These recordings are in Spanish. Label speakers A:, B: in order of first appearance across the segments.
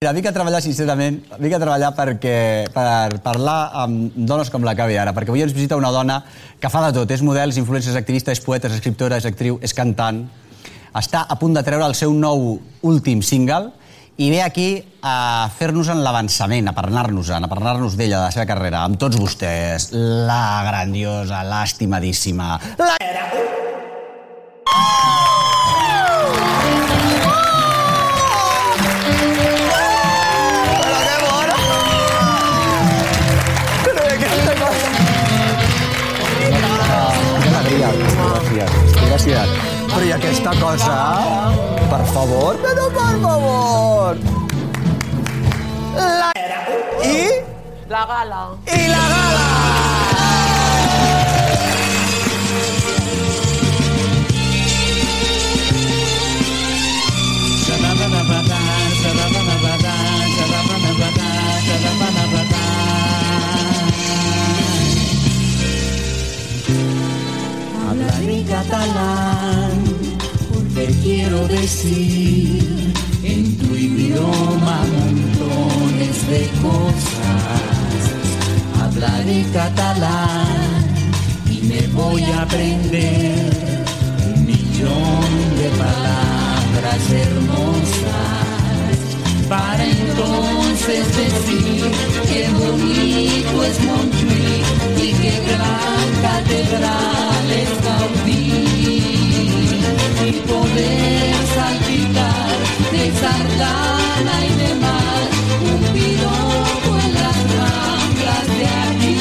A: Mira, vinc a treballar sincerament, vinc a treballar perquè, per parlar amb dones com la que ve ara, perquè avui ens visita una dona que fa de tot, és model, és influencer, és activista, és poeta, és escriptora, és actriu, és cantant, està a punt de treure el seu nou últim single i ve aquí a fer-nos en l'avançament, a parlar-nos-en, a parlar-nos d'ella, de la seva carrera, amb tots vostès, la grandiosa, l'estimadíssima, la... Però que bona! Però que bona! Quina alegria, quina gràcia, quina gràcia. Però i aquesta cosa, per favor, però per favor. La... I...
B: La gala.
A: I la gala!
C: Hablar en catalán, porque quiero decir en tu idioma montones de cosas. Hablaré catalán y me voy a aprender un millón de palabras hermosas. Para entonces decir qué bonito es Montjuic y qué gran catedral es Gaudí. Y poder salpicar de sardana y de mar un piropo en las ramblas de aquí.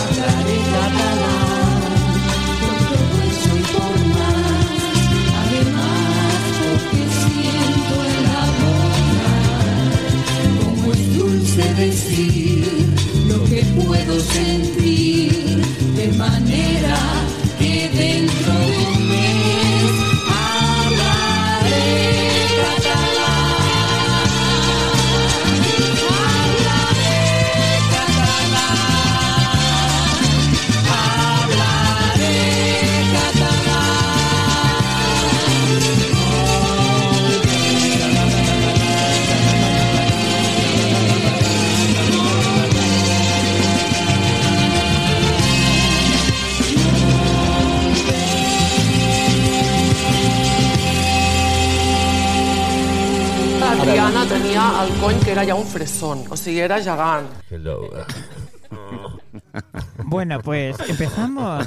C: Hablaré catalán con todo eso y por más, además porque siento en la boca como es dulce decir lo que puedo sentir de manera que dentro de un mes hablaré catalán, hablaré catalán. Hablaré
B: La Triana tenia el cony que era ja un fresón, o sigui, era gegant.
D: Hello.
E: Bueno, pues empezamos.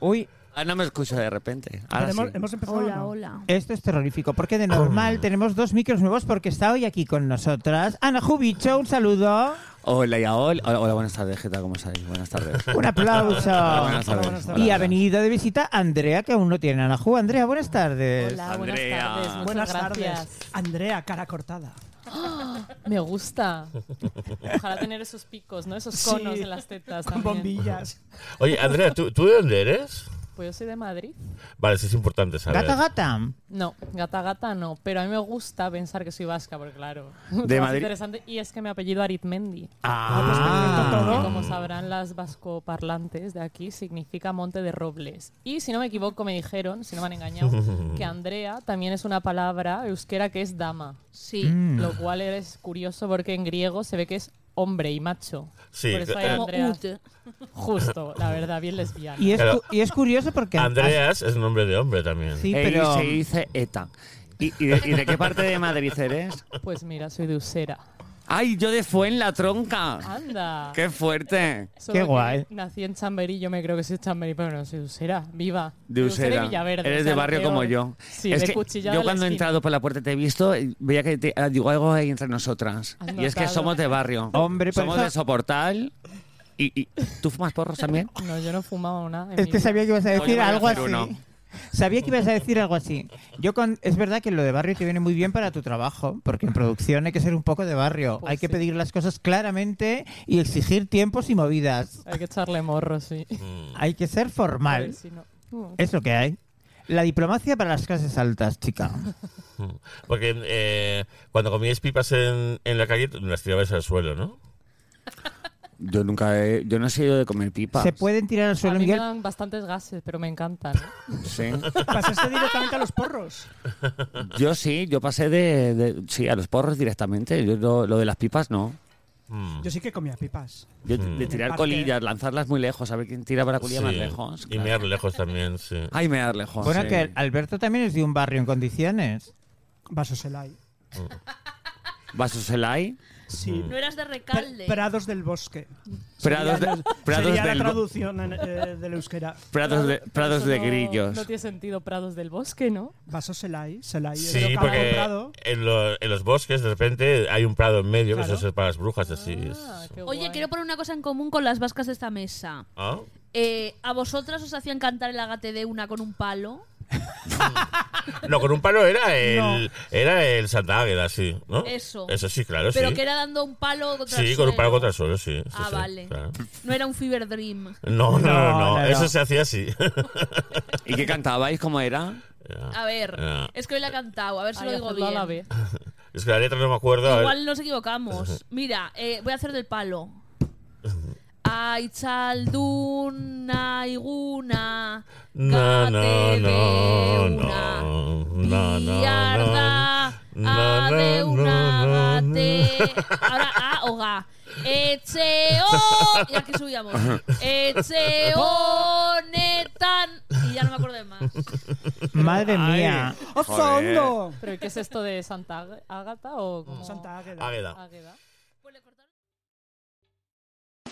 E: Uy,
D: Ana Ah, me escucha de repente. Ahora
F: Pero hemos,
D: sí.
F: hemos empezado.
G: Hola,
F: ¿no?
G: hola.
E: esto es terrorífico, porque de normal tenemos dos micros nuevos porque está hoy aquí con nosotras Ana Jubicho, un saludo,
D: Hola, ya, hola, hola, buenas tardes, ¿qué tal? ¿Cómo estáis? Buenas tardes.
E: un
D: Buenas
E: aplauso.
D: tardes.
F: buenas tardes.
E: Y ha venido de visita Andrea, que aún no tiene a Ana Ju. Andrea, buenas tardes.
G: Hola,
D: Andrea.
G: buenas tardes. Muchas
F: Buenas
G: gracias. ¡Ah!
F: tardes. Andrea, cara cortada.
G: Me gusta. Ojalá tener esos picos, ¿no? Esos conos
F: Sí.
G: en las tetas.
F: Con
G: También.
F: bombillas.
H: Oye, Andrea, ¿tú, tú de dónde eres?
G: Pues yo soy de Madrid.
H: Vale, eso es importante saber.
E: Gata gata.
G: No, gata gata no. Pero a mí me gusta pensar que soy vasca, porque claro.
D: De
G: es más
D: Madrid.
G: interesante. Y es que mi apellido Arizmendi.
F: pues
E: Ah,
G: que como sabrán las vascoparlantes de aquí, significa monte de robles. Y si no me equivoco, me dijeron, si no me han engañado, que Andrea también es una palabra euskera que es dama. Sí.
D: Mm.
G: Lo cual es curioso porque en griego se ve que es hombre y macho.
H: Sí,
G: Por eso hay
H: eh,
G: Andreas. Justo, la verdad, bien lesbiana.
E: y, es
H: Pero-
E: cu- y es curioso porque...
H: Andreas es nombre de hombre también.
E: Sí,
D: Ey,
E: pero...
D: Se dice ETA. ¿Y, y de, y de qué parte de Madrid eres?
G: Pues mira, soy de Usera.
D: ¡Ay, yo de Fuen la
G: Ah.
D: tronca!
G: ¡Anda!
D: ¡Qué fuerte!
G: Solo
E: qué
G: que
E: guay.
G: Nací en Chamberí, yo me creo que soy de Chamberí, pero no soy de Usera. ¡Viva!
D: De
G: y
D: Usera.
G: Villaverde. o
D: Eres
G: sea,
D: de
G: lo
D: barrio como
G: peor.
D: yo.
G: Sí,
D: es
G: de
D: que
G: cuchillada
D: yo
G: a la
D: cuando he
G: esquina.
D: entrado por la puerta te he visto, y veía que te- ah, digo algo ahí entre nosotras.
G: Has
D: Y es que
G: notado.
D: somos de barrio.
E: Hombre, por
D: somos
E: eso-
D: de Soportal. Y, y- ¿Tú fumas porros también?
G: No, yo no fumaba nada. en
E: Es
G: mi
E: que
G: vida.
E: sabía que ibas a
D: Oye,
E: decir
D: voy a
E: algo
D: hacer
E: así.
D: uno.
E: Sabía que ibas a decir algo así. Yo con, es verdad que lo de barrio te viene muy bien para tu trabajo, porque en producción hay que ser un poco de barrio.
G: Pues
E: hay que
G: sí.
E: pedir las cosas claramente y exigir tiempos y movidas.
G: Hay que echarle morro, sí.
D: Mm.
E: Hay que ser formal.
G: Si no- Mm.
E: Es lo que hay. La diplomacia para las clases altas, chica.
H: Mm. Porque eh, cuando comíais pipas en, en la calle, las tirabais al suelo, ¿no?
D: Yo nunca he. Yo no he sido de comer pipas.
E: Se pueden tirar al
G: A
E: suelo,
G: mí me
E: Miguel.
G: dan bastantes gases, pero me encantan. ¿eh?
D: Sí.
E: este
F: Pasaste directamente a los porros.
D: Yo sí, yo pasé de, de- Sí, a los porros directamente. Yo no- lo de las pipas no.
H: Mm.
F: Yo sí que comía pipas.
D: Yo de- de tirar
F: parque.
D: colillas, lanzarlas muy lejos, a ver quién tira para colilla más
H: Hmm. Sí.
D: lejos.
H: Y mear lejos también, sí.
D: Ay, me dar lejos.
E: Bueno,
D: sí.
E: que Alberto también es de un barrio en condiciones.
F: Vasoselay.
D: Vasoselay,
F: Sí.
C: No eras de
F: Pe-
C: recalde.
F: Prados del bosque.
D: Prados,
F: Sería
D: de,
F: la-
D: prados,
F: sería
D: del,
F: la
D: bo-
F: traducción en, eh, del euskera.
D: prados de, prados
G: Eso
D: de
G: no-
D: grillos.
G: No tiene sentido Prados del Bosque, ¿no?
F: Vasoselay. Selay. es
H: Sí,
F: lo que hago en
H: porque
F: Prado.
H: en, lo- en los bosques de repente hay un prado en medio que
F: Claro.
H: eso es para las brujas, así. es-
G: Ah, qué
C: Oye,
G: guay.
C: quiero poner una cosa en común con las vascas de esta mesa.
H: ¿Ah?
C: Eh, ¿A vosotras os hacían cantar el agate de una con un palo?
H: No, con un palo era el, era el Santa Águeda, sí, ¿no?
C: Eso.
H: Eso sí, claro,
C: Pero
H: sí.
C: que era dando un palo contra el
H: Sí, con un palo
C: suelo.
H: contra el suelo, sí. sí,
C: Ah,
H: sí,
C: vale.
H: claro.
C: No era un fever dream.
H: No, no, no,
E: No,
H: no,
E: no,
H: Eso
E: no.
H: se hacía así.
D: ¿Y qué cantabais? ¿Cómo era?
C: A ver,
H: Ah.
C: es que hoy la he cantado, a ver si
G: Ay,
C: lo digo
G: hacedlo a
C: bien.
G: la vez.
H: es que la letra no me acuerdo. a ver.
C: Igual nos equivocamos. Mira, eh, voy a hacer del palo. Aitzaldun naiguna
H: No, no,
C: gate
H: no,
C: deuna,
H: no, no, no,
C: biarda
H: no,
C: adeuna
H: no, no, no,
C: gate.
H: no.
C: Ahora a o ga. Etxeo... Y aquí subíamos. Etxe honetan... Y ya no me acuerdo de más. Pues
E: Madre mía.
F: ¡Oso
D: Joder.
F: hondo!
G: ¿Pero qué es esto de Santa Ág- Ágata o cómo?
F: Santa Águeda.
H: Águeda.
G: Águeda.
C: Pues le cortaron-